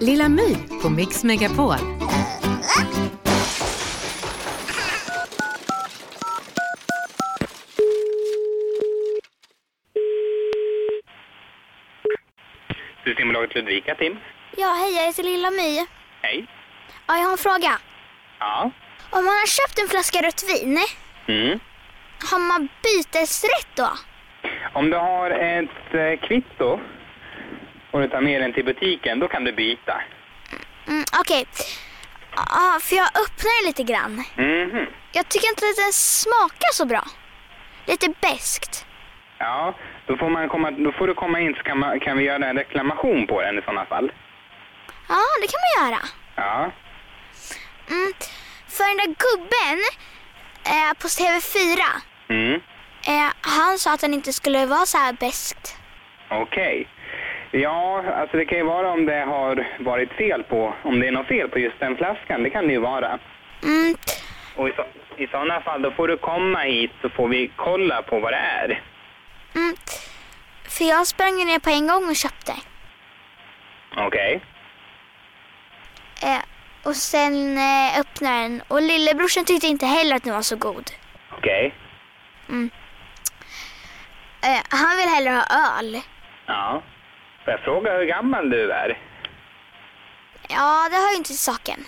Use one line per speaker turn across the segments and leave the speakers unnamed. Lilla My på Mix Megapol.
Systembolaget Ludvika, Tim.
Ja, hej, jag heter Lilla My.
Hej.
Ja, jag har en fråga.
Ja.
Om man har köpt en flaska rött vin,
Mm.
har man bytesrätt då?
Om du har ett eh, kvitto och du tar med den till butiken, då kan du byta.
Mm, Okej. Ja, för jag öppnar den lite grann.
Mhm.
Jag tycker inte att den smakar så bra. Lite beskt.
Ja, då får, man komma, då får du komma in så kan, man, kan vi göra en reklamation på den i sådana fall.
Ja, det kan man göra.
Ja.
Mm. För den där gubben eh, på TV4,
Mm.
eh, han sa att den inte skulle vara så här beskt.
Okej. Ja, alltså det kan ju vara om det har varit fel på, om det är något fel på just den flaskan, det kan det ju vara.
Mm.
Och i, så, i sådana fall då får du komma hit så får vi kolla på vad det är.
Mm. För jag sprang ju ner på en gång och köpte.
Okej.
Eh, och sen eh, öppnade jag den och lillebrorsan tyckte inte heller att den var så god.
Okej.
Eh, han vill hellre ha öl.
Ja. Får jag fråga hur gammal du är?
Ja, det hör ju inte till saken.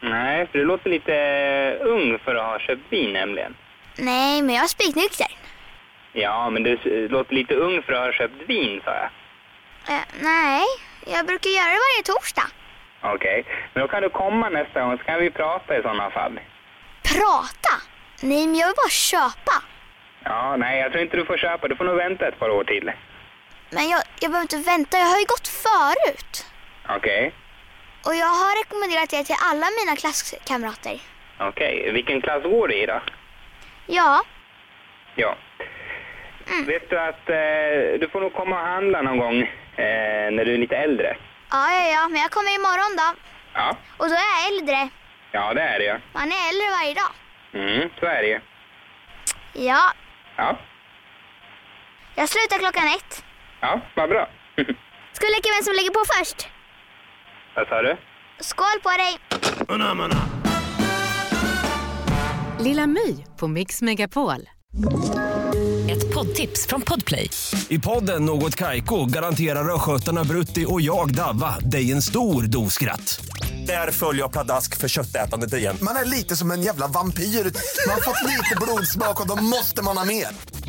Nej, för du låter lite eh, ung för att ha köpt vin nämligen.
Nej, men jag är spiknykter.
Ja, men du s- låter lite ung för att ha köpt vin, sa jag.
Eh, nej, jag brukar göra det varje torsdag.
Okej. Men då kan du komma nästa gång så kan vi prata i sådana fall.
Prata? Nej, men jag vill bara köpa.
Ja, nej, jag tror inte du får köpa. Du får nog vänta ett par år till.
Men jag, jag behöver inte vänta, jag har ju gått förut.
Okej.
Och jag har rekommenderat det till alla mina klasskamrater.
Okej. Vilken klass går du i då?
Ja,
Ja. Vet du att eh, du får nog komma och handla någon gång eh, när du är lite äldre.
ja, ja, ja, men jag kommer imorgon då.
Ja.
Och då är jag äldre.
Ja, det är det ju.
Man är äldre varje dag.
Mm, så är det ju.
Ja,
Ja.
jag slutar klockan ett.
Ja, vad bra.
Ska vi leka vem som lägger på först?
vad sa du?
Skål på dig!
Lilla My på Mix Megapol.
Ett poddtips från Podplay.
I podden Något Kaiko garanterar östgötarna Brutti och jag, Davva, dig en stor dos skratt. Där följer jag pladask för köttätandet igen.
Man är lite som en jävla vampyr. Man har fått lite blodsmak och då måste man ha mer.